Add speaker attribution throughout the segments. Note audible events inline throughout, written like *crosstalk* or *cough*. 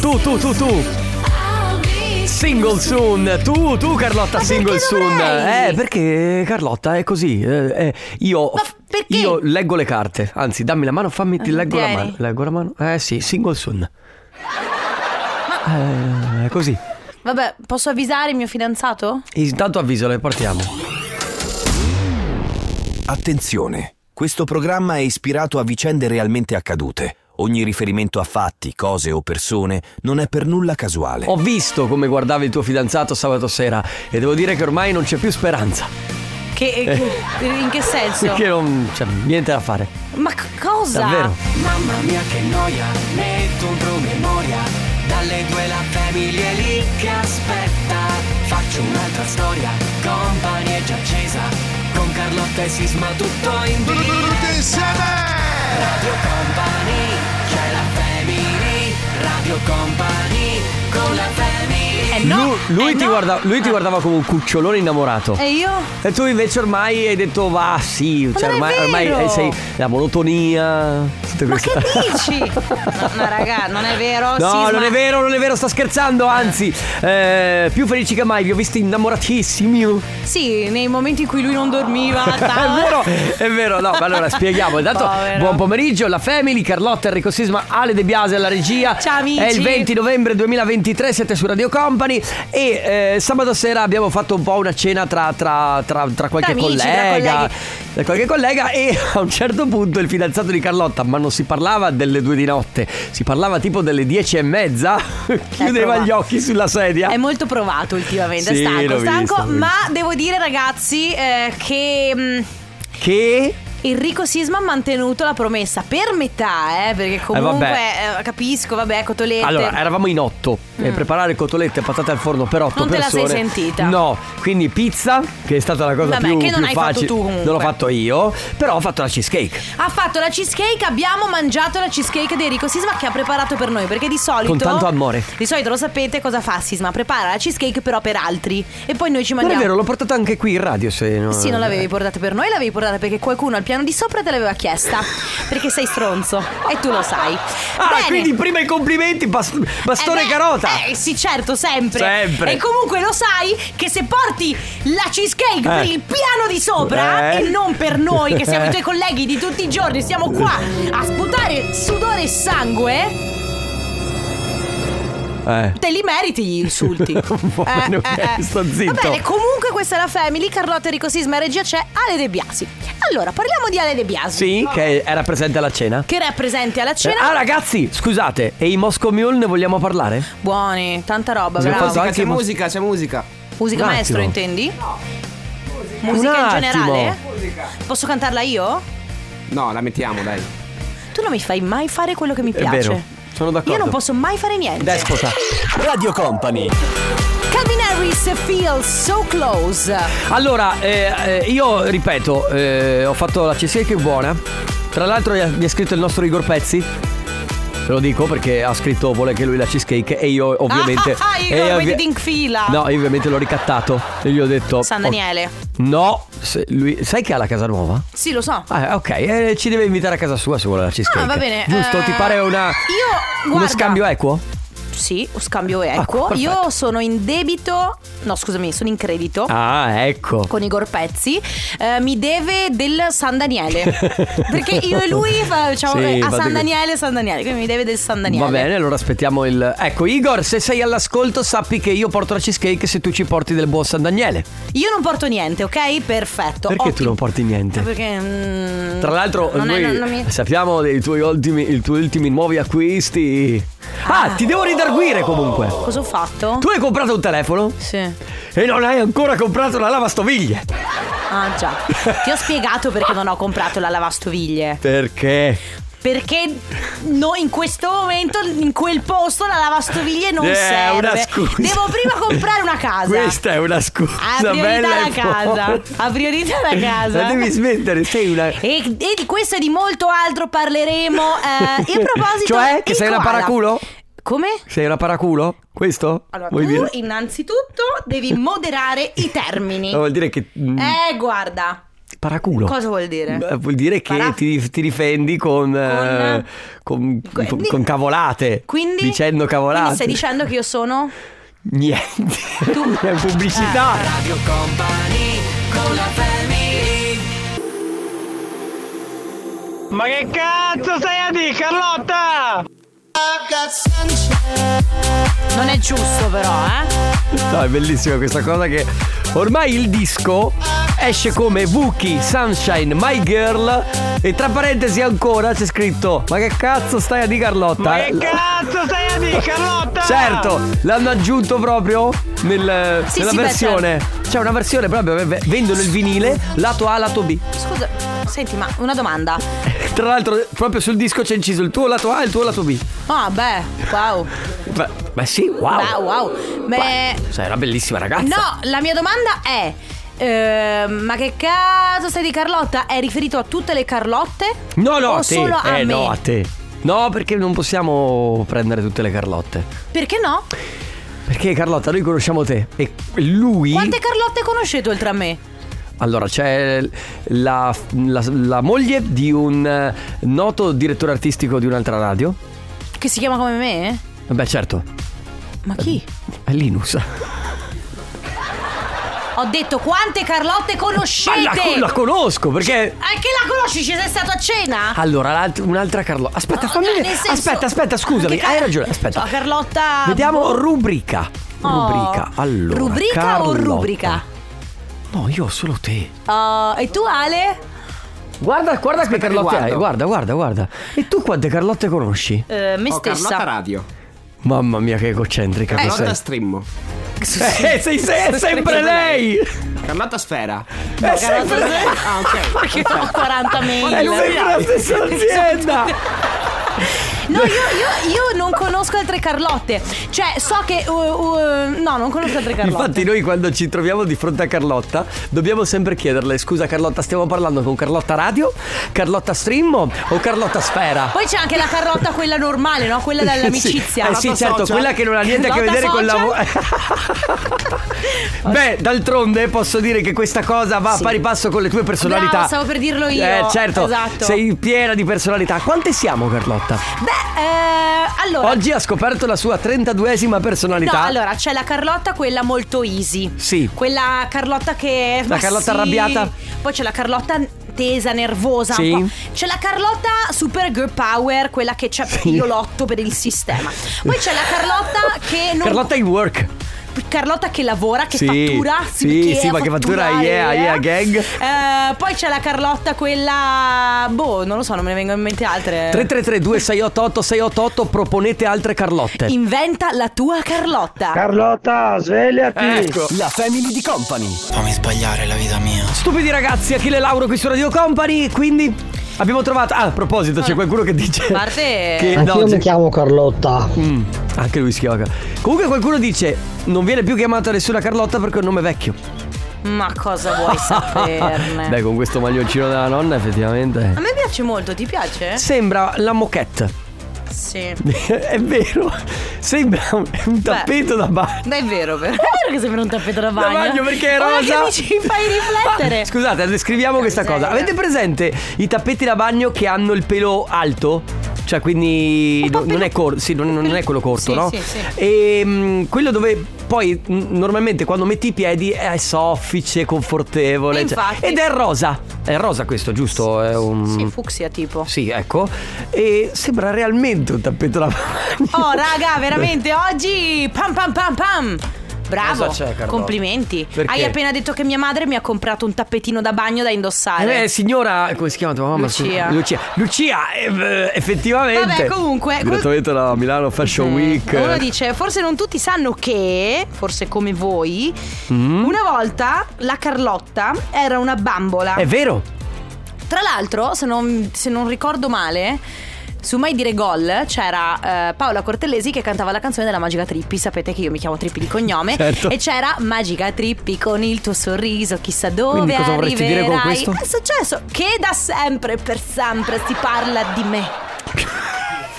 Speaker 1: tu, tu, tu, tu. Single soon, tu, tu Carlotta,
Speaker 2: Ma
Speaker 1: single
Speaker 2: perché
Speaker 1: soon.
Speaker 2: dovrei?
Speaker 1: Eh, perché Carlotta è così. eh, eh, io,
Speaker 2: Ma perché? Ah,
Speaker 1: io leggo le carte. Anzi, dammi la mano, fammi ti leggo la
Speaker 2: Tieni.
Speaker 1: mano. Leggo la mano. Eh sì, single soon. Eh, è così.
Speaker 2: Vabbè, posso avvisare il mio fidanzato?
Speaker 1: Intanto avviso, le partiamo.
Speaker 3: Attenzione, questo programma è ispirato a vicende realmente accadute. Ogni riferimento a fatti, cose o persone non è per nulla casuale.
Speaker 1: Ho visto come guardavi il tuo fidanzato sabato sera e devo dire che ormai non c'è più speranza.
Speaker 2: Che, eh, che- in che
Speaker 1: *laughs*
Speaker 2: senso?
Speaker 1: Perché non c'è niente da fare.
Speaker 2: Ma c- cosa?
Speaker 1: Davvero?
Speaker 4: Mamma mia che noia, metto un promemoria. Dalle due la famiglia è lì che aspetta. Faccio un'altra storia, compagnia è già accesa. Con Carlotta e Sisma tutto in diretta. Radio Company, c'è la family. Radio Company, con la family.
Speaker 2: Eh no,
Speaker 1: lui, lui
Speaker 2: eh
Speaker 1: ti
Speaker 2: no.
Speaker 1: guarda- lui
Speaker 4: Ah.
Speaker 1: ti guardava come un cucciolone innamorato.
Speaker 4: Eh.
Speaker 2: E io?
Speaker 1: E tu invece ormai hai detto va sì,
Speaker 2: non
Speaker 1: cioè
Speaker 2: è
Speaker 1: ormai, ormai,
Speaker 2: vero!
Speaker 1: eh, sei la monotonia. Tutte
Speaker 2: Ma
Speaker 1: queste...
Speaker 2: che
Speaker 1: *laughs*
Speaker 2: dici? No, ma raga, non è vero?
Speaker 1: No,
Speaker 2: Sisma.
Speaker 1: non è vero, non è vero, sta scherzando, anzi, eh, più felici che mai, vi ho visti innamoratissimi.
Speaker 2: Sì, nei momenti in cui lui non dormiva. a
Speaker 1: *laughs* È
Speaker 2: tavola.
Speaker 1: vero, è vero, no, ma allora spieghiamo. Intanto,
Speaker 2: Povero.
Speaker 1: buon pomeriggio, la Family, Carlotta, Enrico Sisma, Ale De Biase alla regia.
Speaker 2: Ciao, amici.
Speaker 1: È il 20 novembre 2023, siete su Radio Company e eh, sabato sera abbiamo fatto un po' una cena tra, tra, tra, tra qualche
Speaker 2: Tra amici, tra
Speaker 1: collega.
Speaker 2: colleghi.
Speaker 1: Tra qualche collega e a un certo punto il fidanzato di Carlotta, ma non si parlava delle due di notte, si parlava tipo delle dieci e mezza, *laughs* chiudeva
Speaker 2: Ecco,
Speaker 1: gli
Speaker 2: va.
Speaker 1: occhi sulla sedia.
Speaker 2: È molto provato ultimamente,
Speaker 1: Sì, l'ho
Speaker 2: stanco, stanco,
Speaker 1: visto, l'ho
Speaker 2: ma devo dire ragazzi eh, che mm,
Speaker 1: Che...
Speaker 2: Enrico Sisma ha mantenuto la promessa per metà, eh, perché comunque eh, capisco, vabbè, cotolette.
Speaker 1: Allora, eravamo in otto e preparare cotolette e patate al forno per otto
Speaker 2: Mm. Non te la
Speaker 1: persone.
Speaker 2: sei sentita.
Speaker 1: No, quindi pizza, che è stata la cosa
Speaker 2: Vabbè,
Speaker 1: più,
Speaker 2: che non
Speaker 1: più
Speaker 2: hai fatto
Speaker 1: facile.
Speaker 2: tu comunque.
Speaker 1: Non l'ho fatto io, però ho fatto la cheesecake.
Speaker 2: Ha fatto la cheesecake, abbiamo mangiato la cheesecake di Enrico Sisma che ha preparato per noi, perché di solito
Speaker 1: Con tanto amore.
Speaker 2: Di solito lo sapete cosa fa Sisma, prepara la cheesecake però per altri e poi noi ci
Speaker 1: Non è
Speaker 2: mangiamo.
Speaker 1: vero, l'ho portata anche qui in radio se no.
Speaker 2: Sì, non l'avevi portata per noi, l'avevi portata perché qualcuno al piano di sopra te l'aveva chiesta. Perché sei stronzo e tu lo sai.
Speaker 1: Ah,
Speaker 2: Bene.
Speaker 1: quindi prima i complimenti, bas- bastone
Speaker 2: Eh beh,
Speaker 1: carota.
Speaker 2: Eh sì, certo, sempre.
Speaker 1: Sempre.
Speaker 2: E comunque lo sai che se porti la cheesecake per
Speaker 1: Eh.
Speaker 2: il piano di sopra
Speaker 1: Eh.
Speaker 2: e non per noi, che siamo
Speaker 1: Eh.
Speaker 2: i
Speaker 1: *laughs*
Speaker 2: tuoi colleghi di tutti i giorni, siamo qua a sputare sudore e sangue,
Speaker 1: Eh.
Speaker 2: te li meriti gli
Speaker 1: *laughs*
Speaker 2: insulti. Eh,
Speaker 1: Buono, ok, sto zitto.
Speaker 2: Va bene, comunque questa è la Family, Carlotta Enrico Sisma e regia c'è Ale De Biasi. Allora, parliamo di Ale De Biasi.
Speaker 1: Sì, che era presente alla cena.
Speaker 2: Che era presente alla
Speaker 1: Eh,
Speaker 2: cena.
Speaker 1: Ah ragazzi, scusate, e i Moscow Mule ne vogliamo parlare?
Speaker 2: Buoni, tanta roba,
Speaker 1: Abbiamo
Speaker 2: bravo.
Speaker 1: fatto anche
Speaker 5: C'è
Speaker 1: i Mos-
Speaker 5: musica, c'è musica.
Speaker 2: Musica
Speaker 1: Un
Speaker 2: maestro,
Speaker 1: attimo.
Speaker 2: intendi?
Speaker 1: Un
Speaker 2: Musica in
Speaker 1: attimo.
Speaker 2: generale? Posso cantarla io?
Speaker 5: No, la mettiamo, dai.
Speaker 2: Tu non mi fai mai fare quello che mi
Speaker 1: È
Speaker 2: piace.
Speaker 1: vero, sono d'accordo.
Speaker 2: Io non posso mai fare niente.
Speaker 1: Despota.
Speaker 3: Radio Company.
Speaker 2: Calvin Harris feels so close.
Speaker 1: Allora, eh, eh, io ripeto, eh, ho fatto la cheesecake buona. Tra l'altro gli ha gli ha scritto il nostro Igor Pezzi. Ve lo dico perché ha scritto vuole che lui la cheesecake e io ovviamente...
Speaker 2: *laughs* Ah, ah, ah, Igor,
Speaker 1: e io
Speaker 2: vedi in fila.
Speaker 1: No, io ovviamente l'ho ricattato e gli ho detto...
Speaker 2: San Daniele.
Speaker 1: "Oh, no, se- lui- sai che ha la casa nuova?
Speaker 2: Sì, lo so.
Speaker 1: Ah, ok, eh, ci deve invitare a casa sua se vuole la
Speaker 2: Ah,
Speaker 1: cheesecake.
Speaker 2: va bene.
Speaker 1: Giusto,
Speaker 2: eh,
Speaker 1: ti pare una...
Speaker 2: Io,
Speaker 1: uno
Speaker 2: guarda, Oh.
Speaker 1: scambio equo?
Speaker 2: Sì, un scambio
Speaker 1: Ecco,
Speaker 2: equo.
Speaker 1: perfetto.
Speaker 2: io sono in debito. No, scusami, sono in credito.
Speaker 1: Ah, ecco.
Speaker 2: Con Igor Pezzi eh, mi deve del San
Speaker 1: *laughs*
Speaker 2: Daniele. Perché io e lui facciamo eh,
Speaker 1: Sì,
Speaker 2: a
Speaker 1: fate
Speaker 2: San
Speaker 1: così.
Speaker 2: Daniele, San Daniele. Quindi mi deve del San Daniele.
Speaker 1: Va bene, allora aspettiamo il. Ecco, Igor, se sei all'ascolto, sappi che io porto la cheesecake se tu ci porti del buon San Daniele.
Speaker 2: Io non porto niente, ok? Perfetto.
Speaker 1: Perché tu
Speaker 2: Ottimo.
Speaker 1: non porti niente?
Speaker 2: Perché. mm,
Speaker 1: Tra l'altro,
Speaker 2: non è-
Speaker 1: noi
Speaker 2: non- non mi-
Speaker 1: sappiamo dei tuoi ultimi, i tuoi ultimi nuovi acquisti. Ah, ti devo ridarguire comunque.
Speaker 2: Cosa ho fatto?
Speaker 1: Tu hai comprato un telefono
Speaker 2: Sì.
Speaker 1: e non hai ancora comprato la lavastoviglie.
Speaker 2: Ah, già. Ti ho spiegato perché non ho comprato la lavastoviglie.
Speaker 1: Perché?
Speaker 2: Perché no, in questo momento, in quel posto, la lavastoviglie non
Speaker 1: Eh,
Speaker 2: serve.
Speaker 1: una scusa.
Speaker 2: Devo prima comprare
Speaker 1: *laughs*
Speaker 2: una casa.
Speaker 1: Questa è una scusa
Speaker 2: A priorità
Speaker 1: bella
Speaker 2: la
Speaker 1: e
Speaker 2: casa.
Speaker 1: forte.
Speaker 2: A priorità
Speaker 1: *laughs*
Speaker 2: la casa.
Speaker 1: La devi smettere, sei una
Speaker 2: E, e di questo e di molto altro parleremo. eh,
Speaker 1: *laughs*
Speaker 2: e a proposito.
Speaker 1: Cioè, che
Speaker 2: il
Speaker 1: sei una
Speaker 2: koala.
Speaker 1: paraculo?
Speaker 2: Come?
Speaker 1: Sei una paraculo? Questo?
Speaker 2: Allora,
Speaker 1: Vuoi
Speaker 2: tu
Speaker 1: dire?
Speaker 2: innanzitutto devi moderare i termini.
Speaker 1: *laughs* No, vuol dire che mm,
Speaker 2: Eh, guarda.
Speaker 1: Paraculo.
Speaker 2: Eh, Cosa vuol dire?
Speaker 1: Beh, Vuol dire che
Speaker 2: Parà.
Speaker 1: ti, ti difendi con, eh, con, con- con cavolate.
Speaker 2: Quindi
Speaker 1: Dicendo cavolate.
Speaker 2: Quindi stai dicendo che io sono
Speaker 1: *laughs* Niente. È *laughs* pubblicità.
Speaker 2: Ah.
Speaker 4: Radio Company con la family
Speaker 6: Ma che cazzo stai a dire, Carlotta?
Speaker 2: Non è giusto però, eh?
Speaker 1: No, è bellissima questa cosa che ormai il disco esce come Wookie, Sunshine, My Girl e tra parentesi ancora c'è scritto Ma che cazzo stai a di Carlotta?
Speaker 6: Ma che cazzo stai a dire, Carlotta?
Speaker 1: Certo, l'hanno aggiunto proprio nel-
Speaker 2: Sì,
Speaker 1: nella
Speaker 2: sì, beh, certo.
Speaker 1: versione. C'è una versione proprio, v- vendono il vinile lato A, lato B. *laughs*
Speaker 2: Scusa, senti, ma una domanda.
Speaker 1: Tra l'altro proprio sul disco c'è inciso il tuo lato A e il tuo lato B.
Speaker 2: Ah, beh, wow.
Speaker 1: Beh, beh sì, wow.
Speaker 2: Wow, wow. Beh,
Speaker 1: Sei una bellissima ragazza.
Speaker 2: no, la mia domanda è eh, ma che cazzo stai di Carlotta? È riferito a tutte le Carlotte?
Speaker 1: No, no,
Speaker 2: o
Speaker 1: a te.
Speaker 2: solo a
Speaker 1: eh,
Speaker 2: me?
Speaker 1: no, a te. No, perché non possiamo prendere tutte le Carlotte.
Speaker 2: Perché no?
Speaker 1: Perché Carlotta, noi conosciamo te e lui...
Speaker 2: Quante Carlotte conoscete oltre a me?
Speaker 1: Allora, c'è la, la- la moglie di un eh, noto direttore artistico di un'altra radio.
Speaker 2: Che si chiama come me?
Speaker 1: Beh, certo,
Speaker 2: Ma chi?
Speaker 1: è Linus.
Speaker 2: Ho detto quante Carlotte
Speaker 1: Ma
Speaker 2: conoscete?
Speaker 1: Ah, la, co- la conosco perché...
Speaker 2: Anche la conosci? Ci sei stato a cena?
Speaker 1: Allora, l'alt- un'altra Carlotta. Aspetta,
Speaker 2: No,
Speaker 1: fammi
Speaker 2: no, nel
Speaker 1: vedere.
Speaker 2: senso-
Speaker 1: Aspetta, aspetta, scusami.
Speaker 2: Che ca- Ah,
Speaker 1: Hai ragione. Aspetta.
Speaker 2: Ciao, Oh, Carlotta.
Speaker 1: Vediamo rubrica.
Speaker 2: Oh.
Speaker 1: Rubrica. Allora.
Speaker 2: Rubrica o
Speaker 1: Carlotta.
Speaker 2: rubrica?
Speaker 1: No, io ho solo te.
Speaker 2: Oh, e tu Ale?
Speaker 1: Guarda, guarda che Carlotte
Speaker 5: guardo.
Speaker 1: hai. Guarda, guarda, guarda. E tu quante Carlotte conosci?
Speaker 2: Eh, me
Speaker 5: Oh,
Speaker 2: stessa.
Speaker 5: Carlotta
Speaker 2: *laughs*
Speaker 5: Radio.
Speaker 1: Mamma mia, che egocentrica che
Speaker 5: Carlotta
Speaker 1: sei.
Speaker 5: Strimmo.
Speaker 1: Eh, sei, sei- è sempre lei! È
Speaker 5: Carlotta Sfera.
Speaker 1: sempre lei!
Speaker 5: Ah, ok.
Speaker 2: Perché ho 40
Speaker 1: Eh, È
Speaker 2: mail.
Speaker 1: sempre la stessa azienda!
Speaker 2: No, io, io- io non conosco altre Carlotte. Cioè, so che. uh, uh, no, non conosco altre Carlotte.
Speaker 1: Infatti noi quando ci troviamo di fronte a Carlotta dobbiamo sempre chiederle scusa Carlotta stiamo parlando con Carlotta Radio, Carlotta Stream o o Carlotta Sfera?
Speaker 2: Poi c'è anche la Carlotta, quella normale, no? Quella dell'amicizia.
Speaker 1: *laughs* Sì. Eh sì, certo, quella che non ha niente a che
Speaker 2: Carlotta
Speaker 1: vedere con la
Speaker 2: social? *laughs*
Speaker 1: Beh, d'altronde posso dire che questa cosa va a pari passo con le tue personalità.
Speaker 2: Bravo, stavo per dirlo io.
Speaker 1: Eh, certo.
Speaker 2: Esatto.
Speaker 1: Sei piena di personalità. Quante siamo, Carlotta?
Speaker 2: Beh, eh, allora.
Speaker 1: Oggi ha scoperto la sua 32esima
Speaker 2: No,
Speaker 1: personalità.
Speaker 2: allora c'è la Carlotta, quella molto easy.
Speaker 1: Sì.
Speaker 2: Quella Carlotta che.
Speaker 1: La
Speaker 2: ma
Speaker 1: Carlotta
Speaker 2: sì.
Speaker 1: arrabbiata?
Speaker 2: Poi c'è la Carlotta tesa, nervosa.
Speaker 1: Sì.
Speaker 2: un po'. C'è la Carlotta super girl power, quella che c'è perché io lotto per il sistema. Poi c'è la Carlotta che
Speaker 1: *laughs*
Speaker 2: non.
Speaker 1: Carlotta in work.
Speaker 2: Carlotta che lavora, che
Speaker 1: Sì,
Speaker 2: fattura.
Speaker 1: sì,
Speaker 2: perché
Speaker 1: sì,
Speaker 2: a
Speaker 1: ma che fattura,
Speaker 2: fatturare,
Speaker 1: yeah,
Speaker 2: eh.
Speaker 1: yeah, gang.
Speaker 2: Eh, poi c'è la Carlotta, quella. Boh, non lo so, non me ne vengono in mente altre.
Speaker 1: 3332 688 688 proponete altre Carlotte.
Speaker 2: Inventa la tua Carlotta.
Speaker 6: Carlotta, svegliati!
Speaker 1: La family di company.
Speaker 7: Fammi sbagliare la vita mia.
Speaker 1: Stupidi ragazzi, Achille Lauro qui su Radio Company, quindi abbiamo trovato... Ah, a proposito, c'è qualcuno che dice...
Speaker 2: A parte-
Speaker 1: *laughs* Che
Speaker 8: Anch'io
Speaker 1: no,
Speaker 8: eh. mi
Speaker 1: c'è-
Speaker 8: chiamo Carlotta.
Speaker 1: Mm, anche lui si chiama Car- Comunque qualcuno dice, non viene più chiamata nessuna Carlotta perché è un nome vecchio. Ah,
Speaker 2: Ma cosa
Speaker 1: *laughs*
Speaker 2: vuoi saperne?
Speaker 1: Beh, con questo maglioncino della nonna
Speaker 2: A
Speaker 1: effettivamente...
Speaker 2: me piace molto, ti piace?
Speaker 1: Sembra la moquette. *laughs*
Speaker 2: Sì.
Speaker 1: è vero, sembra un, è un tappeto da bagno.
Speaker 2: Dai, è vero,
Speaker 1: *laughs*
Speaker 2: vero. È vero che sembra un tappeto da bagno.
Speaker 1: Da bagno perché è rosa.
Speaker 2: Ma perché mi ci fai riflettere? Eh,
Speaker 1: *laughs* Ah, Scusate, descriviamo questa cosa.
Speaker 2: miseria.
Speaker 1: Avete presente i tappeti da bagno che hanno il pelo alto? Cioè, quindi
Speaker 2: Un po'
Speaker 1: no- non
Speaker 2: più-
Speaker 1: è, cor- sì, non, non
Speaker 2: più-
Speaker 1: è quello corto,
Speaker 2: sì,
Speaker 1: no?
Speaker 2: sì, sì.
Speaker 1: E mm, quello dove poi mm, normalmente quando metti i piedi è soffice, confortevole.
Speaker 2: E
Speaker 1: cioè-
Speaker 2: infatti-
Speaker 1: ed è rosa. È rosa questo, giusto? È un-
Speaker 2: Sì, fucsia tipo.
Speaker 1: Sì, ecco. E sembra realmente un tappeto da bagno.
Speaker 2: Oh, raga, veramente oggi pam pam pam pam. Bravo,
Speaker 1: Cosa c'è, Carlotta?
Speaker 2: complimenti.
Speaker 1: Perché?
Speaker 2: Hai appena detto che mia madre mi ha comprato un tappetino da bagno da indossare.
Speaker 1: Eh, signora, come si chiama tua mamma?
Speaker 2: Lucia.
Speaker 1: Lucia, Lucia, eh, effettivamente.
Speaker 2: Vabbè, comunque-
Speaker 1: Direttamente da Milano Fashion
Speaker 2: Eh,
Speaker 1: Week.
Speaker 2: Uno dice, forse non tutti sanno che, forse come voi,
Speaker 1: Mm.
Speaker 2: una volta la Carlotta era una bambola.
Speaker 1: È *laughs* vero?
Speaker 2: Tra l'altro, se non, se non ricordo male, su Mai Dire Gol c'era eh, Paola Cortellesi che cantava la canzone della Magica Trippi. Sapete che io mi chiamo Trippi di cognome.
Speaker 1: *laughs* Certo.
Speaker 2: E c'era Magica Trippi con il tuo sorriso, chissà dove
Speaker 1: Quindi cosa vorresti dire con
Speaker 2: arriverai.
Speaker 1: questo?
Speaker 2: È successo che da sempre, per sempre, si parla di
Speaker 1: *laughs*
Speaker 2: me.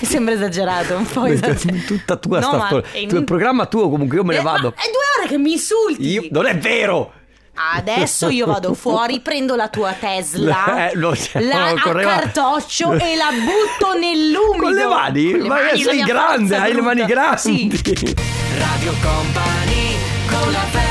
Speaker 2: Mi sembra esagerato, un po'
Speaker 1: Esatto.
Speaker 2: esagerato.
Speaker 1: Tutta tua
Speaker 2: No,
Speaker 1: sta
Speaker 2: ma
Speaker 1: storia. Cioè,
Speaker 2: è in-
Speaker 1: Tu- Il programma tuo comunque io me ne
Speaker 2: Eh, ma
Speaker 1: vado.
Speaker 2: È due ore che mi insulti.
Speaker 1: Io- Non è vero!
Speaker 2: Adesso io vado fuori, prendo la tua Tesla,
Speaker 1: *laughs* Eh, no, cioè,
Speaker 2: la
Speaker 1: no, con le mani.
Speaker 2: accartoccio e la butto nell'umido.
Speaker 1: Con le mani?
Speaker 2: Con le
Speaker 1: Ma
Speaker 2: mani, la
Speaker 1: sei
Speaker 2: mia
Speaker 1: grande,
Speaker 2: forza
Speaker 1: hai le mani
Speaker 2: brutta.
Speaker 1: grandi.
Speaker 2: Sì.
Speaker 1: *laughs*
Speaker 4: Radio Company con la family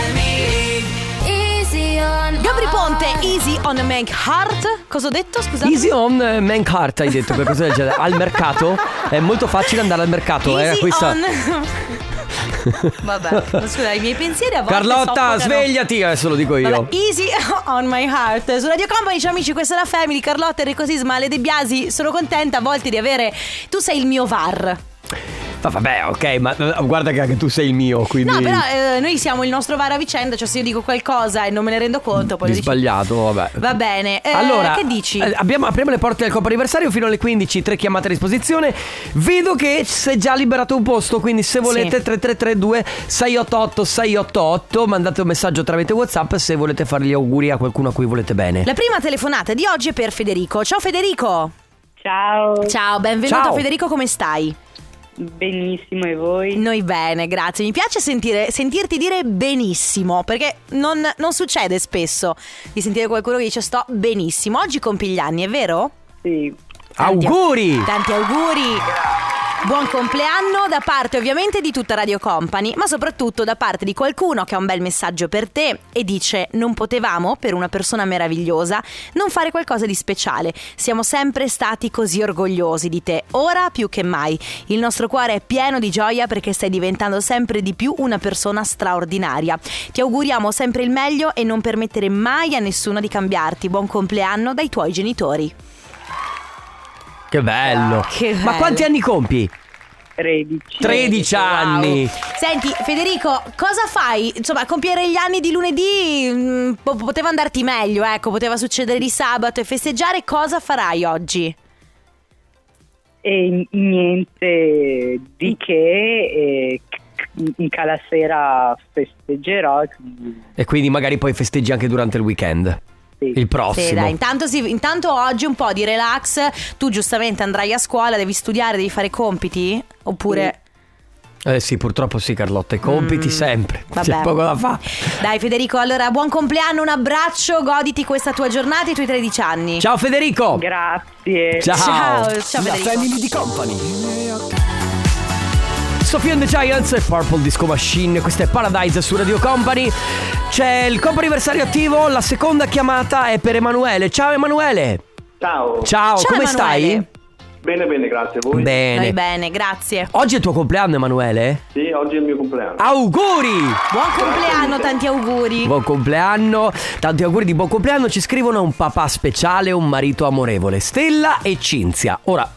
Speaker 2: Gabri Ponte, Easy on Mank Heart. Cosa ho detto? Scusate.
Speaker 1: Easy on eh, Mankart hai detto qualcosa del genere Al mercato È molto facile andare al mercato eh,
Speaker 2: Easy
Speaker 1: questa-
Speaker 2: on. *laughs* Vabbè, ma scusa, i miei pensieri a volte
Speaker 1: Carlotta
Speaker 2: soffocano.
Speaker 1: svegliati Adesso lo dico io
Speaker 2: Vabbè, easy *laughs* on my heart Su Radio Company, ciao amici, questa è la Family Carlotta, Enrico Sisma, Ale De Biasi Sono contenta a volte di avere... Tu sei il mio VAR
Speaker 1: Ma Vabbè ok Ma eh, guarda che anche tu sei il mio Quindi
Speaker 2: No, però eh, noi siamo il nostro VAR a vicenda Cioè se io dico qualcosa e non me ne rendo conto Poi lo dici-
Speaker 1: Di sbagliato Vabbè
Speaker 2: Va bene, eh,
Speaker 1: Allora,
Speaker 2: che dici?
Speaker 1: eh, abbiamo- apriamo le porte del Coppa Anniversario fino alle 15, tre chiamate a disposizione. Vedo che si è già liberato un posto, quindi se volete 3332 688 688 mandate un messaggio tramite WhatsApp se volete fare gli auguri a qualcuno a cui volete bene.
Speaker 2: La prima telefonata di oggi è per Federico Ciao Federico
Speaker 8: Ciao,
Speaker 2: Ciao, benvenuto
Speaker 1: Ciao.
Speaker 2: Federico, come stai?
Speaker 8: benissimo e voi?
Speaker 2: Noi bene, grazie. Mi piace sentire- sentirti dire benissimo, perché non, non succede spesso di sentire qualcuno che dice sto benissimo. Oggi compi gli anni, è vero?
Speaker 8: Sì,
Speaker 2: Tanti-
Speaker 1: auguri!
Speaker 2: Tanti auguri! Buon compleanno da parte ovviamente di tutta Radio Company, ma soprattutto da parte di qualcuno che ha un bel messaggio per te e dice non potevamo, per una persona meravigliosa, non fare qualcosa di speciale. Siamo sempre stati così orgogliosi di te, ora più che mai. Il nostro cuore è pieno di gioia perché stai diventando sempre di più una persona straordinaria. Ti auguriamo sempre il meglio e non permettere mai a nessuno di cambiarti. Buon compleanno dai tuoi genitori.
Speaker 1: Che bello.
Speaker 2: Ah, Che
Speaker 1: Ma
Speaker 2: bello.
Speaker 1: quanti anni compi?
Speaker 8: 13.
Speaker 1: 13
Speaker 2: Wow.
Speaker 1: anni.
Speaker 2: Senti, Federico, cosa fai? Insomma, compiere gli anni di lunedì mh, po- poteva andarti meglio, ecco, poteva succedere di sabato e festeggiare. Cosa farai oggi?
Speaker 8: E n- niente di che, e c- in calasera festeggerò. quindi
Speaker 1: E quindi magari poi festeggi anche durante il weekend.
Speaker 8: Sì.
Speaker 1: Il prossimo.
Speaker 2: Sì, dai, intanto, sì, intanto oggi un po' di relax. Tu giustamente andrai a scuola, devi studiare, devi fare compiti? Oppure...
Speaker 1: Eh sì, purtroppo sì, Carlotta. I compiti
Speaker 2: Mm.
Speaker 1: sempre. C'è
Speaker 2: Vabbè.
Speaker 1: poco da fare.
Speaker 2: Dai Federico, allora buon compleanno, un abbraccio, goditi questa tua giornata e i tuoi 13 anni.
Speaker 1: Ciao Federico!
Speaker 8: Grazie.
Speaker 1: Ciao.
Speaker 2: ciao, ciao Federico.
Speaker 3: di Company.
Speaker 1: Sofia and the Giants e Purple Disco Machine, questo è Paradise su Radio Company. C'è il compo anniversario attivo, la seconda chiamata è per Emanuele. Ciao Emanuele!
Speaker 9: Ciao,
Speaker 1: Ciao,
Speaker 2: Ciao,
Speaker 1: come
Speaker 2: Emanuele.
Speaker 9: bene bene, grazie a voi.
Speaker 1: stai? Bene.
Speaker 2: Noi bene, grazie.
Speaker 1: Oggi è il tuo compleanno Emanuele?
Speaker 9: Sì, oggi è il mio
Speaker 1: Ah.
Speaker 9: compleanno.
Speaker 1: Auguri!
Speaker 2: Buon compleanno, tanti auguri.
Speaker 1: Buon compleanno, tanti auguri di buon compleanno, ci scrivono un papà speciale, un marito amorevole, Stella e Cinzia. Ora,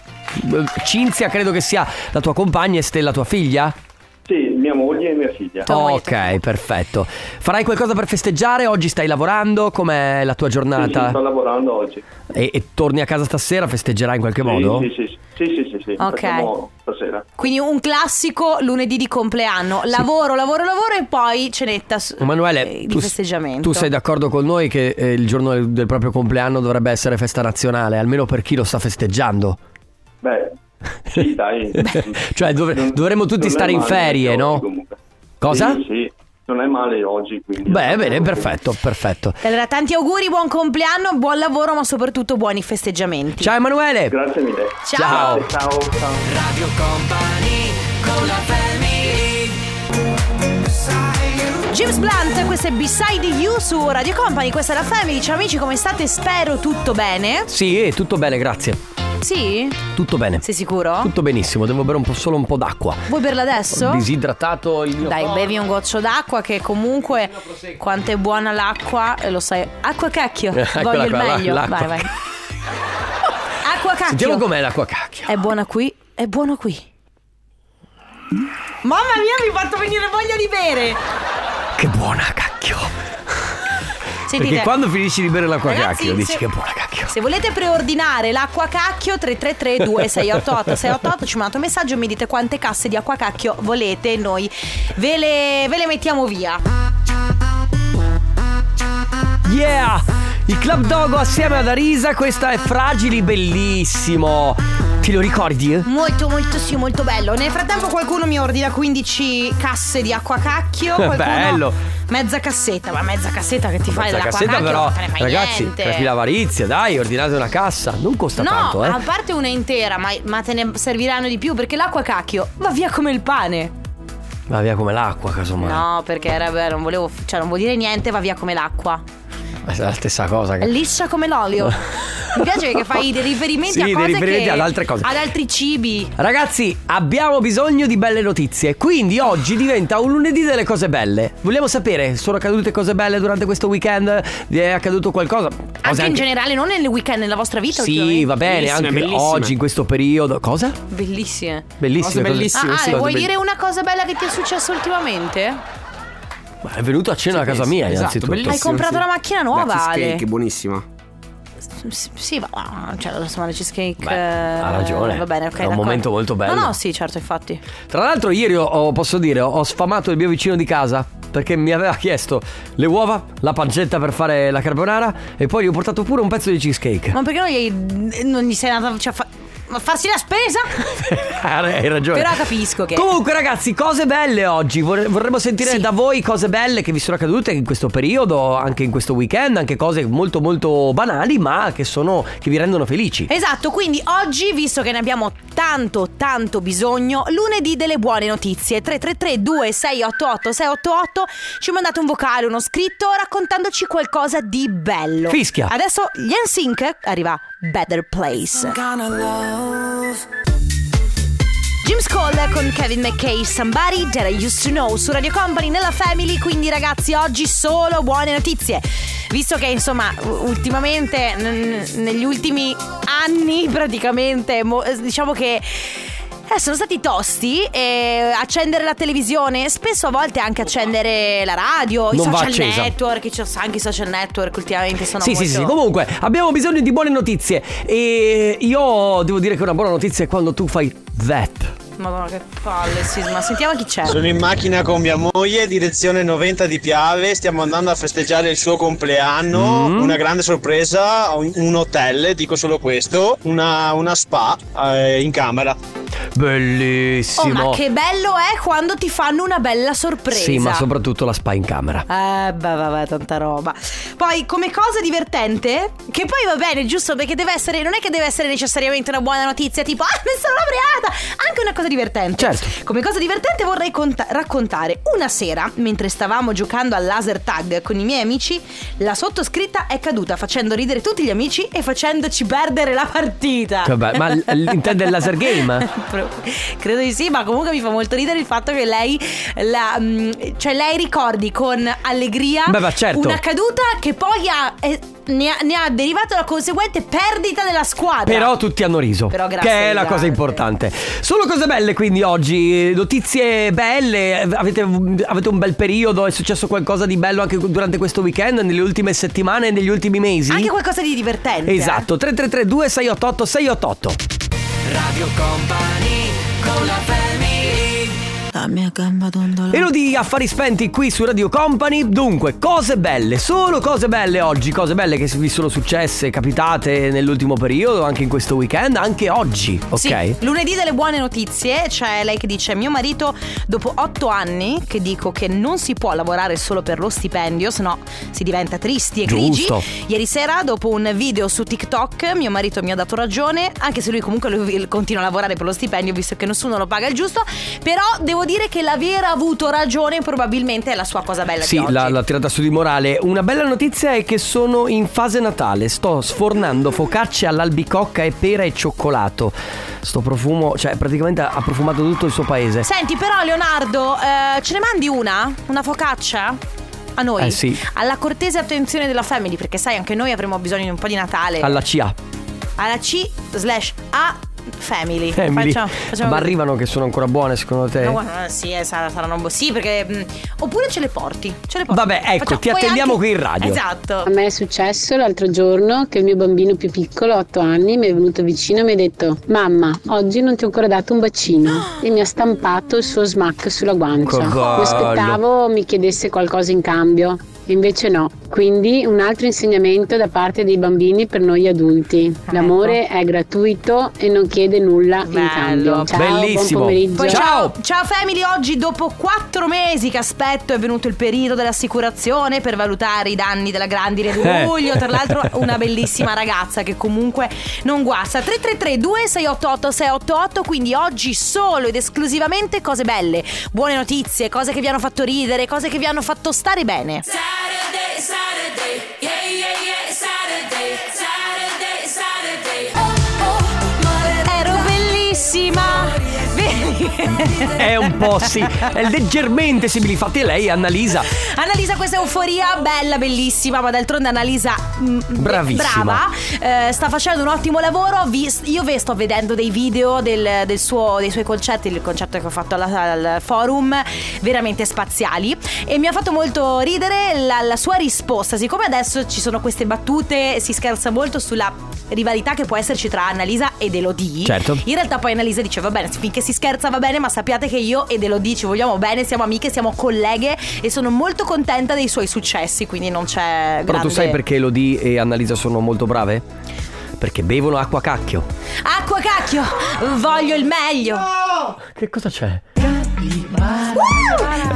Speaker 1: eh, Cinzia credo che sia la tua compagna e Stella tua figlia?
Speaker 2: Certo,
Speaker 9: Sì, mia moglie e mia figlia.
Speaker 2: Tua moglie, tua
Speaker 1: ok, perfetto. Farai qualcosa per festeggiare? Oggi stai lavorando? Com'è la tua
Speaker 9: Sì, sì,
Speaker 1: giornata?
Speaker 9: sto lavorando oggi.
Speaker 1: E, e torni a casa stasera, festeggerai in qualche
Speaker 9: Sì,
Speaker 1: modo?
Speaker 9: Sì, sì, sì, sì, sì, sì, sì.
Speaker 2: Ok.
Speaker 9: facciamo stasera.
Speaker 2: Quindi un classico lunedì di compleanno. Lavoro, lavoro, lavoro e poi cenetta s- eh,
Speaker 1: Emanuele,
Speaker 2: di
Speaker 1: tu,
Speaker 2: festeggiamento.
Speaker 1: tu sei d'accordo con noi che eh, il giorno del, del proprio compleanno dovrebbe essere festa nazionale, almeno per chi lo sta festeggiando.
Speaker 9: Beh,
Speaker 1: *laughs*
Speaker 9: sì, dai.
Speaker 1: Cioè, dovre-
Speaker 9: Non-
Speaker 1: dovremmo tutti
Speaker 9: non è
Speaker 1: stare in
Speaker 9: male
Speaker 1: ferie,
Speaker 9: oggi,
Speaker 1: no?
Speaker 9: comunque.
Speaker 1: Cosa?
Speaker 9: Sì, sì, non è male oggi, quindi.
Speaker 1: Beh, bene, perfetto, perfetto.
Speaker 2: Allora, tanti auguri, buon compleanno, buon lavoro, ma soprattutto buoni festeggiamenti.
Speaker 1: Ciao Emanuele!
Speaker 9: Grazie mille.
Speaker 2: Ciao.
Speaker 9: Grazie, Ciao, ciao.
Speaker 4: Radio Company con la family
Speaker 2: James Blunt, questo è Beside You su Radio Company, questa è la Family. Ciao amici, come state? Spero tutto bene.
Speaker 1: Sì, eh, tutto bene, grazie.
Speaker 2: Sì?
Speaker 1: Tutto bene.
Speaker 2: Sei sicuro?
Speaker 1: Tutto benissimo, devo bere un po', solo un po' d'acqua.
Speaker 2: Vuoi berla adesso?
Speaker 1: Ho disidratato il mio
Speaker 2: Dai,
Speaker 1: corpo.
Speaker 2: bevi un goccio d'acqua che comunque quanto è buona l'acqua, eh, lo sai. Acqua cacchio,
Speaker 1: *laughs* Eh, Eccola
Speaker 2: voglio il
Speaker 1: qua, la-
Speaker 2: meglio.
Speaker 1: l'acqua.
Speaker 2: Vai, vai. Acqua cacchio.
Speaker 1: Sentiamo com'è l'acqua cacchio.
Speaker 2: È buona qui, è buono qui. Mamma mia, mi ha fatto venire voglia di bere.
Speaker 1: Che buona cacchio.
Speaker 2: Sentite,
Speaker 1: Perché quando finisci di bere l'acqua
Speaker 2: Ragazzi,
Speaker 1: cacchio dici
Speaker 2: se-
Speaker 1: che buona cacchio.
Speaker 2: se volete preordinare l'acqua cacchio 333 2688 688 ci mandate un messaggio e mi dite quante casse di acqua cacchio volete e noi ve le, ve le mettiamo via.
Speaker 1: Yeah! Il Club Dogo assieme ad Arisa, questa è Fragili, bellissimo! Ti lo ricordi? eh?
Speaker 2: Molto, molto, sì, molto bello. Nel frattempo, qualcuno mi ordina 15 casse di acqua
Speaker 1: *laughs*
Speaker 2: cacchio.
Speaker 1: Eh,
Speaker 2: Qualcuno...
Speaker 1: bello.
Speaker 2: Mezza cassetta, ma mezza cassetta che ti fai
Speaker 1: Mezza
Speaker 2: dell'acqua
Speaker 1: cassetta
Speaker 2: cacchio?
Speaker 1: però,
Speaker 2: non te ne fai
Speaker 1: ragazzi,
Speaker 2: niente.
Speaker 1: per chi l'avarizia, dai, ordinate una cassa. Non costa
Speaker 2: No, ah.
Speaker 1: tanto, eh.
Speaker 2: a parte una intera, ma, ma te ne serviranno di più perché l'acqua cacchio va via come il pane.
Speaker 1: Va via come l'acqua, casomai.
Speaker 2: No, perché era, non volevo, cioè non vuol dire niente, va via come l'acqua.
Speaker 1: Ma è la stessa cosa. Che...
Speaker 2: Liscia come l'olio. Mi piace che fai dei riferimenti
Speaker 1: *laughs* Sì,
Speaker 2: a
Speaker 1: dei
Speaker 2: cose
Speaker 1: riferimenti
Speaker 2: che-
Speaker 1: ad altre cose.
Speaker 2: Ad altri cibi.
Speaker 1: Ragazzi, abbiamo bisogno di belle notizie. Quindi oggi diventa un lunedì delle cose belle. Vogliamo sapere, sono accadute cose belle durante questo weekend? Vi è accaduto qualcosa? Cose
Speaker 2: Anche, in generale, non nel weekend, nella vostra vita.
Speaker 1: Sì,
Speaker 2: ultimamente.
Speaker 1: va bene,
Speaker 5: Bellissime,
Speaker 1: anche
Speaker 5: bellissime.
Speaker 1: oggi in questo periodo. Cosa?
Speaker 2: Bellissime.
Speaker 1: Bellissime
Speaker 5: Cose bellissime,
Speaker 2: Ah, Ale,
Speaker 5: sì,
Speaker 1: cose
Speaker 2: vuoi
Speaker 1: belle-
Speaker 2: dire una cosa bella che ti è successa ultimamente?
Speaker 1: Ma Ah, È venuto a cena a casa mia,
Speaker 5: Esatto,
Speaker 1: innanzitutto.
Speaker 5: bellissimo,
Speaker 2: Hai comprato
Speaker 5: sì.
Speaker 2: la macchina nuova,
Speaker 5: La cheesecake,
Speaker 2: Ale.
Speaker 5: buonissima.
Speaker 2: S- Sì, ma- ma cioè, insomma, la cheesecake.
Speaker 1: Beh, ha ragione.
Speaker 2: eh, Va bene, ok.
Speaker 1: È un
Speaker 2: d'accordo.
Speaker 1: momento molto bello.
Speaker 2: No, no, sì, certo, infatti.
Speaker 1: Tra l'altro, ieri ho- ho- posso dire, ho- ho sfamato il mio vicino di casa perché mi aveva chiesto le uova, la pancetta per fare la carbonara e poi gli ho portato pure un pezzo di cheesecake. *laughs*
Speaker 2: Ma perché non gli, non gli sei andata cioè, a fa- a farsi la spesa?
Speaker 1: Ah, Hai ragione.
Speaker 2: Però capisco che-
Speaker 1: Comunque, ragazzi, cose belle oggi. Vorre- vorremmo sentire
Speaker 2: Sì.
Speaker 1: da voi cose belle che vi sono accadute in questo periodo, anche in questo weekend, anche cose molto molto banali, ma che sono. che vi rendono felici.
Speaker 2: Esatto, quindi oggi, visto che ne abbiamo tanto, tanto bisogno, lunedì delle buone notizie. 333-2688-688 ci mandate un vocale, uno scritto raccontandoci qualcosa di bello.
Speaker 1: Fischia.
Speaker 2: Adesso gli NSYNC arriva Better Place. James Cole con Kevin McKay, Somebody That I Used To Know su Radio Company nella Family, quindi ragazzi oggi solo buone notizie. Visto che insomma u- ultimamente, n- n- negli ultimi anni praticamente, mo- eh, diciamo che... eh, sono stati tosti e accendere la televisione, spesso a volte anche accendere la radio, i
Speaker 1: Non va
Speaker 2: social
Speaker 1: accesa.
Speaker 2: network, i so- anche i social network ultimamente sono
Speaker 1: Sì,
Speaker 2: molto
Speaker 1: sì, sì, sì. comunque abbiamo bisogno di buone notizie e io devo dire che una buona notizia è quando tu fai that.
Speaker 2: Madonna che palle, sisma. Sentiamo chi c'è.
Speaker 10: Sono in macchina con mia moglie, direzione 90 di Piave, stiamo andando a festeggiare il suo compleanno, una grande sorpresa, un un hotel, dico solo questo, una, una spa eh, in camera.
Speaker 2: Oh,
Speaker 1: Bellissimo.
Speaker 2: ma che bello è quando ti fanno una bella sorpresa.
Speaker 1: Sì, ma soprattutto la spa in camera.
Speaker 2: Eh, beh, vabbè, tanta roba. Poi, come cosa divertente, che poi va bene, giusto? Perché deve essere, non è che deve essere necessariamente una buona notizia, tipo, ah, mi sono laureata! Anche una cosa divertente.
Speaker 1: Certo.
Speaker 2: Come cosa divertente vorrei conta- raccontare. Una sera, mentre stavamo giocando al laser tag con i miei amici, la sottoscritta è caduta facendo ridere tutti gli amici e facendoci perdere la partita.
Speaker 1: Che bello. Ma l- l- intende il
Speaker 2: *laughs*
Speaker 1: laser game?
Speaker 2: Pro- Credo di sì, ma comunque mi fa molto ridere il fatto che lei, la, mm, cioè lei ricordi con allegria
Speaker 1: Beh, ma certo.
Speaker 2: una caduta che poi ha, eh, ne, ha, ne ha derivato la conseguente perdita della squadra.
Speaker 1: Però tutti hanno riso.
Speaker 2: Però grazie,
Speaker 1: che è la cosa
Speaker 2: grazie.
Speaker 1: importante. Solo cose belle quindi oggi, notizie belle, avete, avete un bel periodo, è successo qualcosa di bello anche durante questo weekend, nelle ultime settimane, negli ultimi mesi.
Speaker 2: Anche qualcosa di divertente.
Speaker 1: Esatto, 3332 688 688.
Speaker 7: La mia gamba dondola.
Speaker 1: E lo di Affari Spenti qui su Radio Company. Dunque, cose belle, solo cose belle oggi, cose belle che vi sono successe, capitate nell'ultimo periodo, anche in questo weekend, anche oggi, ok?
Speaker 2: Sì, lunedì delle buone notizie, c'è lei che dice mio marito dopo otto anni che dico che non si può lavorare solo per lo stipendio, sennò si diventa tristi e grigi.
Speaker 1: Giusto.
Speaker 2: Ieri sera dopo un video su TikTok mio marito mi ha dato ragione, anche se lui comunque lui continua a lavorare per lo stipendio visto che nessuno lo paga il giusto, però devo dire che l'aver avuto ragione probabilmente è la sua cosa bella di
Speaker 1: Sì,
Speaker 2: oggi.
Speaker 1: la, la tirata su di morale. Una bella notizia è che sono in fase natale. Sto sfornando focacce all'albicocca e pera e cioccolato. Sto profumo, cioè praticamente ha profumato tutto il suo paese.
Speaker 2: Senti, però, Leonardo, eh, ce ne mandi una? Una focaccia? A noi?
Speaker 1: Eh, sì.
Speaker 2: Alla cortese attenzione della family, perché sai, anche noi avremo bisogno di un po' di Natale.
Speaker 1: Alla CA.
Speaker 2: Alla C slash A family.
Speaker 1: Emily.
Speaker 2: Facciamo, facciamo
Speaker 1: Ma
Speaker 2: così.
Speaker 1: arrivano che sono ancora buone secondo te?
Speaker 2: No, guarda, sì, eh, sar- saranno bo- sì, perché. mh, oppure ce le porti. Ce le porti.
Speaker 1: Vabbè, ecco,
Speaker 2: Facciamo-
Speaker 1: ti
Speaker 2: poi
Speaker 1: attendiamo
Speaker 2: anche-
Speaker 1: qui in radio.
Speaker 2: Esatto.
Speaker 11: A me è successo l'altro giorno che il mio bambino più piccolo, 8 anni, mi è venuto vicino e mi ha detto Mamma, oggi non ti ho ancora dato un bacino e mi ha stampato il suo smack sulla guancia.
Speaker 1: Che bello.
Speaker 11: Mi aspettavo mi chiedesse qualcosa in cambio, Invece no. Quindi un altro insegnamento da parte dei bambini per noi adulti.
Speaker 1: Ecco.
Speaker 11: L'amore è gratuito e non chiede nulla in cambio. Ciao,
Speaker 1: Bellissimo.
Speaker 11: buon pomeriggio.
Speaker 2: Poi ciao. ciao! family, oggi dopo quattro mesi che aspetto è venuto il periodo dell'assicurazione per valutare i danni della grandine di
Speaker 12: Eh.
Speaker 2: luglio. Tra l'altro una bellissima ragazza che comunque non guasta. 333 2688 688, quindi oggi solo ed esclusivamente cose belle, buone notizie, cose che vi hanno fatto ridere, cose che vi hanno fatto stare bene. Ero bellissima! Vedi?
Speaker 1: È un po' sì, è leggermente simile. Infatti, lei, Annalisa,
Speaker 2: Annalisa questa euforia bella, bellissima, ma d'altronde Annalisa mm,
Speaker 1: Bravissima.
Speaker 2: brava, eh, sta facendo un ottimo lavoro. Vi- io ve sto vedendo dei video del- del suo- dei suoi concerti, il concerto che ho fatto alla- al forum, veramente spaziali. E mi ha fatto molto ridere la, la sua risposta. Siccome adesso ci sono queste battute, si scherza molto sulla rivalità che può esserci tra Annalisa ed Elodie.
Speaker 1: Certo.
Speaker 2: In realtà poi Annalisa dice va bene, finché si scherza va bene, ma sappiate che io ed Elodie ci vogliamo bene, siamo amiche, siamo colleghe e sono molto contenta dei suoi successi, quindi non c'è
Speaker 1: però
Speaker 2: grande...
Speaker 1: tu sai perché Elodie e Annalisa sono molto brave? Perché bevono acqua cacchio.
Speaker 2: Acqua cacchio, voglio il meglio.
Speaker 1: Che cosa c'è?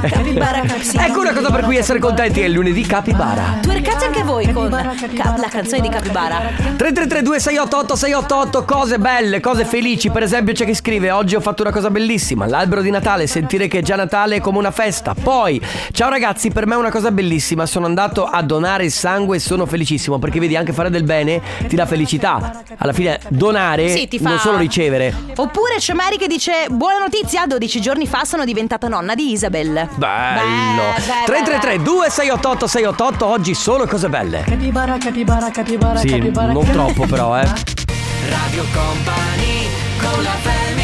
Speaker 2: Capibara
Speaker 1: ecco una cosa per cui essere contenti è il lunedì capibara.
Speaker 2: Twercate anche voi con ca- la canzone di Capibara.
Speaker 1: 333-2688-688 Cose belle, cose felici Per esempio c'è chi scrive Oggi ho fatto una cosa bellissima L'albero di Natale Sentire che è già Natale è come una festa Poi Ciao ragazzi per me è una cosa bellissima Sono andato a donare il sangue E sono felicissimo Perché vedi anche fare del bene Ti dà felicità Alla fine donare
Speaker 2: Sì, ti fa-
Speaker 1: Non solo ricevere
Speaker 2: Oppure c'è Mary che dice buona notizia, 12 giorni fa sono diventata nonna di Isabel.
Speaker 1: Bello
Speaker 2: beh,
Speaker 1: 333-2688-688 Oggi solo cose belle
Speaker 13: Capibara, capibara, capibara,
Speaker 1: Sì, non troppo però eh
Speaker 4: Radio Company con la family.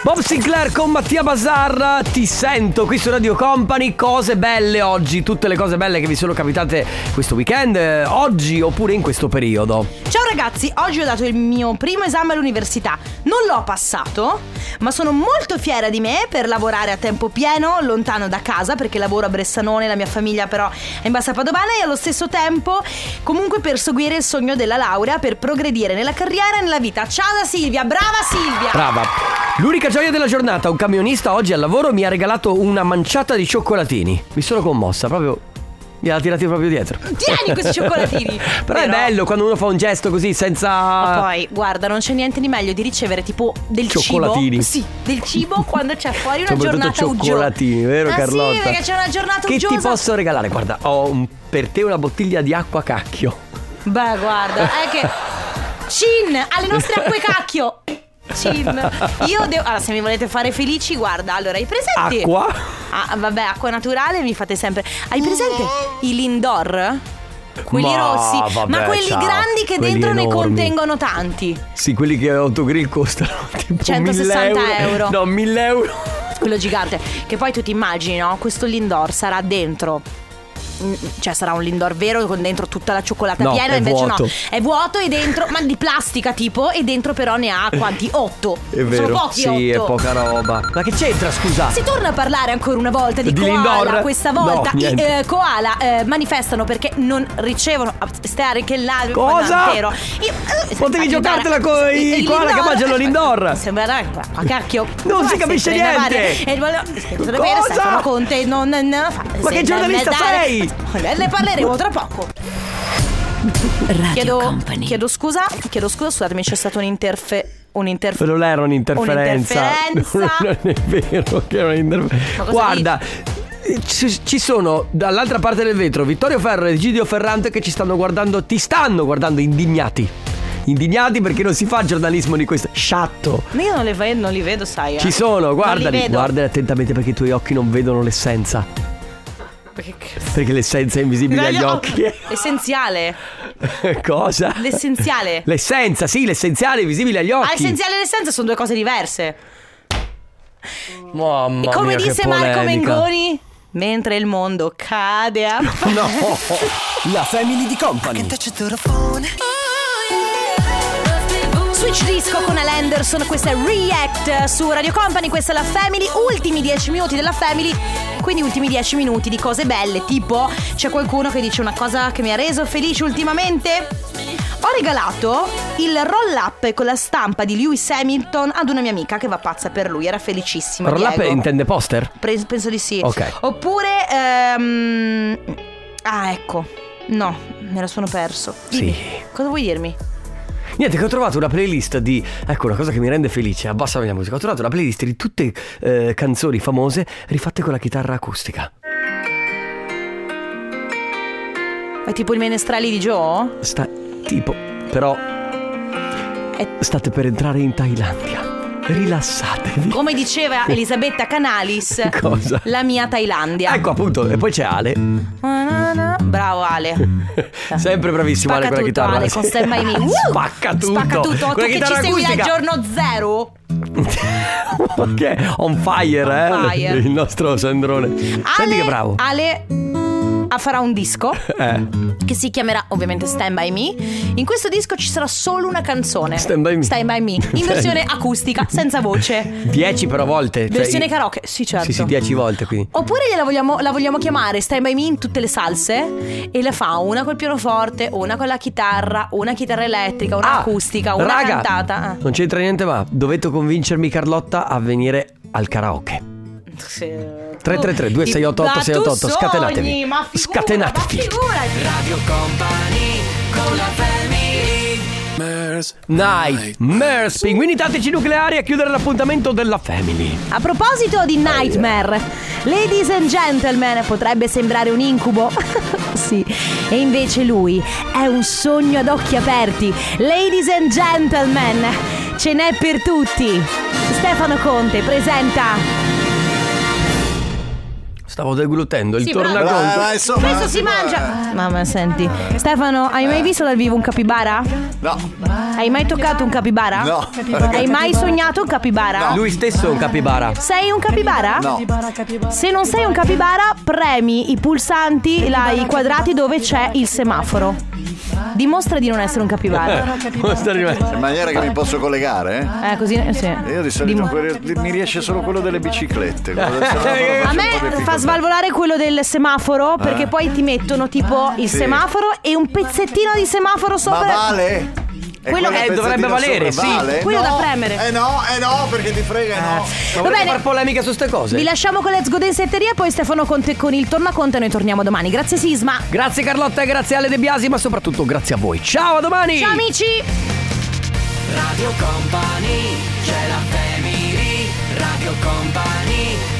Speaker 1: Bob Sinclair con Mattia Bazar, ti sento qui su Radio Company, cose belle oggi, tutte le cose belle che vi sono capitate questo weekend, eh, oggi oppure in questo periodo.
Speaker 2: Ciao ragazzi, oggi ho dato il mio primo esame all'università. Non l'ho passato, ma sono molto fiera di me per lavorare a tempo pieno, lontano da casa, perché lavoro a Bressanone, la mia famiglia però è in Bassa Padovana e allo stesso tempo comunque perseguire il sogno della laurea per progredire nella carriera e nella vita. Ciao da Silvia, brava Silvia!
Speaker 1: Brava. L'unica gioia della giornata, un camionista oggi al lavoro mi ha regalato una manciata di cioccolatini. Mi sono commossa, proprio... Mi ha tirati proprio dietro.
Speaker 2: Tieni questi cioccolatini!
Speaker 1: *laughs* Però, è bello quando uno fa un gesto così senza...
Speaker 2: Ma poi, guarda, non c'è niente di meglio di ricevere tipo del cibo.
Speaker 1: Cioccolatini.
Speaker 2: Sì, del
Speaker 1: *laughs*
Speaker 2: cibo quando c'è fuori una
Speaker 1: Soprattutto
Speaker 2: giornata uggiosa.
Speaker 1: cioccolatini, vero
Speaker 2: Ah,
Speaker 1: Carlotta?
Speaker 2: Sì, perché c'è una giornata
Speaker 1: Che
Speaker 2: uggiosa.
Speaker 1: ti posso regalare? Guarda, ho un- per te una bottiglia di acqua cacchio.
Speaker 2: Beh, guarda, è che. Cin, alle nostre acque cacchio! Cin. Io devo. Allora, se mi volete fare felici, guarda, allora, hai presenti?
Speaker 1: Acqua?
Speaker 2: Ah, vabbè, acqua naturale mi fate sempre. Hai presente i Lindor? Quelli
Speaker 1: Ma
Speaker 2: rossi, ma
Speaker 1: vabbè,
Speaker 2: quelli
Speaker 1: ciao.
Speaker 2: grandi che
Speaker 1: Quelli
Speaker 2: dentro ne
Speaker 1: enormi.
Speaker 2: contengono tanti.
Speaker 1: Sì, quelli che autogrill costano *laughs* tipo
Speaker 2: 160
Speaker 1: 1000
Speaker 2: euro.
Speaker 1: No, 1000 euro.
Speaker 2: Quello gigante. Che poi tu ti immagini, no? Questo Lindor sarà dentro. Mm, Cioè sarà un Lindor vero con dentro tutta la cioccolata
Speaker 1: No,
Speaker 2: piena,
Speaker 1: è
Speaker 2: invece no.
Speaker 1: vuoto.
Speaker 2: È vuoto e dentro, ma di plastica tipo, e dentro però ne
Speaker 1: *laughs*
Speaker 2: ha quanti? 8.
Speaker 1: È vero.
Speaker 2: Sono pochi
Speaker 1: sì,
Speaker 2: 8.
Speaker 1: è poca roba. Ma che c'entra, scusa?
Speaker 2: Si torna a parlare ancora una volta di,
Speaker 1: Di
Speaker 2: koala.
Speaker 1: Lindor?
Speaker 2: Questa
Speaker 1: No,
Speaker 2: volta i
Speaker 1: niente.
Speaker 2: eh, koala eh, manifestano perché non ricevono stare che l'aria.
Speaker 1: Cosa?
Speaker 2: No, è vero. Io, eh,
Speaker 1: Potevi
Speaker 2: infatti,
Speaker 1: giocartela
Speaker 2: guarda,
Speaker 1: con i
Speaker 2: il
Speaker 1: koala che
Speaker 2: Lindor-
Speaker 1: mangiano l'indor.
Speaker 2: Sembra a cacchio.
Speaker 1: Non si
Speaker 2: Qua sempre
Speaker 1: capisce
Speaker 2: in
Speaker 1: niente.
Speaker 2: Navarra. E il volevo- Sono vero,
Speaker 1: Cosa?
Speaker 2: Stefano Conte non, non la fa.
Speaker 1: Ma che giornalista
Speaker 2: *laughs*
Speaker 1: sei?
Speaker 2: Ne parleremo tra poco. chiedo, chiedo scusa, chiedo scusa, scusatemi, c'è stato un interfe. Un interfe-
Speaker 1: Non era un'interferenza.
Speaker 2: Un'interferenza.
Speaker 1: *laughs* non è vero che era un'interferenza.
Speaker 2: Ma cosa
Speaker 1: Guarda. Ci, ci sono dall'altra parte del vetro Vittorio Ferro e Egidio Ferrante che ci stanno guardando, ti stanno guardando indignati. Indignati perché non si fa giornalismo di questo. Sciatto.
Speaker 2: Ma io non, le ve- non li vedo, sai. eh.
Speaker 1: Ci sono,
Speaker 2: Non li
Speaker 1: guardali,
Speaker 2: vedo.
Speaker 1: guardali attentamente perché i tuoi occhi non vedono l'essenza. Perché l'essenza è invisibile agli occhi.
Speaker 2: *laughs*
Speaker 1: *laughs*
Speaker 2: L'essenziale.
Speaker 1: Cosa?
Speaker 2: L'essenziale.
Speaker 1: L'essenza, sì, l'essenziale è visibile agli
Speaker 2: Ah,
Speaker 1: occhi.
Speaker 2: l'essenziale e l'essenza sono due cose diverse.
Speaker 1: Mamma
Speaker 2: e come
Speaker 1: mia, che
Speaker 2: disse Marco
Speaker 1: polemica.
Speaker 2: Mengoni, mentre il mondo cade a...
Speaker 1: *laughs* No, la family di company.
Speaker 2: Switch Flash Disco con Al Anderson, questa è React su Radio Company, questa è la Family, ultimi 10 minuti della Family, quindi ultimi 10 minuti di cose belle, tipo c'è qualcuno che dice una cosa che mi ha reso felice ultimamente? Ho regalato il roll up con la stampa di Lewis Hamilton ad una mia amica che va pazza per lui, era felicissima.
Speaker 1: Roll up
Speaker 2: Diego.
Speaker 1: intende poster?
Speaker 2: Pre- penso di sì.
Speaker 1: Ok.
Speaker 2: Oppure. ehm, Ah, ecco. No, me la sono perso. Dimmi, Cosa vuoi dirmi?
Speaker 1: Niente, che ho trovato una playlist di. Ecco, una cosa che mi rende felice, abbassami la musica. Ho trovato una playlist di tutte eh, canzoni famose rifatte con la chitarra acustica.
Speaker 2: È tipo il menestrali di Joe?
Speaker 1: Sta tipo, però. State per entrare in Thailandia. Rilassatevi.
Speaker 2: Come
Speaker 1: *laughs*
Speaker 2: diceva Elisabetta Canalis,
Speaker 1: Cosa?
Speaker 2: la mia Thailandia.
Speaker 1: Ecco appunto, e poi c'è Ale.
Speaker 2: Bravo Ale.
Speaker 1: Sempre bravissimo Ale
Speaker 2: Spacca
Speaker 1: con la
Speaker 2: tutto
Speaker 1: chitarra.
Speaker 2: Ale
Speaker 1: Sì.
Speaker 2: con Stand By
Speaker 1: *laughs*
Speaker 2: Me. Uh!
Speaker 1: Spacca tutto.
Speaker 2: Spacca tutto.
Speaker 1: Con
Speaker 2: Tu
Speaker 1: la
Speaker 2: che ci
Speaker 1: chitarra
Speaker 2: segui dal
Speaker 1: acustica.
Speaker 2: giorno zero.
Speaker 1: *laughs* Ok, on fire,
Speaker 2: On
Speaker 1: eh?
Speaker 2: fire.
Speaker 1: Il nostro Sandrone. Senti che bravo.
Speaker 2: Ale ah, farà un
Speaker 1: *laughs*
Speaker 2: disco
Speaker 1: Eh.
Speaker 2: che si chiamerà ovviamente Stand By Me. In questo disco ci sarà solo una canzone.
Speaker 1: Stand By Me. *laughs*
Speaker 2: In versione acustica, senza voce.
Speaker 1: 10 però volte. cioè-
Speaker 2: Versione karaoke, sì certo.
Speaker 1: Sì, sì, 10 volte quindi.
Speaker 2: Oppure gliela vogliamo, la vogliamo chiamare Stand By Me in tutte le salse e la fa una col pianoforte, una con la chitarra, una chitarra elettrica, una Ah, acustica, una
Speaker 1: Ah, Raga,
Speaker 2: cantata. Ah,
Speaker 1: non c'entra niente, ma dovete convincermi, Carlotta, a venire al karaoke.
Speaker 2: sì.
Speaker 1: 333
Speaker 2: Ma
Speaker 1: 2688
Speaker 2: tu
Speaker 1: 688
Speaker 2: sogni,
Speaker 1: scatenatevi.
Speaker 2: ma figura-
Speaker 1: scatenatevi.
Speaker 4: Radio Company con la family
Speaker 1: Nightmares, pinguini tattici nucleari a chiudere l'appuntamento della Family.
Speaker 2: A proposito di Nightmare, ladies and gentlemen, potrebbe sembrare un incubo. *laughs* sì, e invece lui è un sogno ad occhi aperti. Ladies and gentlemen, ce n'è per tutti. Stefano Conte presenta
Speaker 1: Stavo deglutendo il
Speaker 2: Sì, bravo.
Speaker 1: tornaconto.
Speaker 2: Questo si mangia. Mamma, senti. Stefano, hai mai visto dal vivo un capibara?
Speaker 12: No.
Speaker 2: Hai mai toccato un capibara?
Speaker 1: No.
Speaker 2: Hai mai sognato un capibara?
Speaker 1: Lui stesso è un capibara.
Speaker 2: Sei un capibara?
Speaker 1: No.
Speaker 2: Se non sei un capibara, premi i pulsanti, là, i quadrati dove c'è il semaforo. Dimostra di non essere un capibara.
Speaker 12: In maniera che mi posso collegare?
Speaker 2: Eh, così eh, sì.
Speaker 12: eh? Io di solito quello- mi riesce solo quello delle biciclette.
Speaker 2: *laughs*
Speaker 12: quello del semaforo
Speaker 2: A
Speaker 12: faccio un po'
Speaker 2: me
Speaker 12: difficoltà.
Speaker 2: fa svalvolare quello del semaforo perché
Speaker 12: Eh.
Speaker 2: poi ti mettono tipo il
Speaker 12: Sì.
Speaker 2: semaforo e un pezzettino di semaforo
Speaker 12: Ma
Speaker 2: sopra.
Speaker 12: vale? E
Speaker 2: Quello-
Speaker 12: quel
Speaker 2: Eh, dovrebbe
Speaker 12: pezzettino
Speaker 1: valere,
Speaker 12: sopra
Speaker 1: sì.
Speaker 12: vale?
Speaker 2: Quello da
Speaker 12: No.
Speaker 2: premere.
Speaker 12: Eh no, eh no, perché ti frega, eh no.
Speaker 1: Ma volete far polemica su ste cose?
Speaker 2: Vi lasciamo con Let's Go Densetteria, poi Stefano Conte con il Tornaconte e noi torniamo domani. Grazie Sisma.
Speaker 1: Grazie Carlotta, grazie Ale De Biasi, ma soprattutto grazie a voi. Ciao, a domani!
Speaker 2: Ciao amici.
Speaker 4: Radio Company, c'è la family Radio Company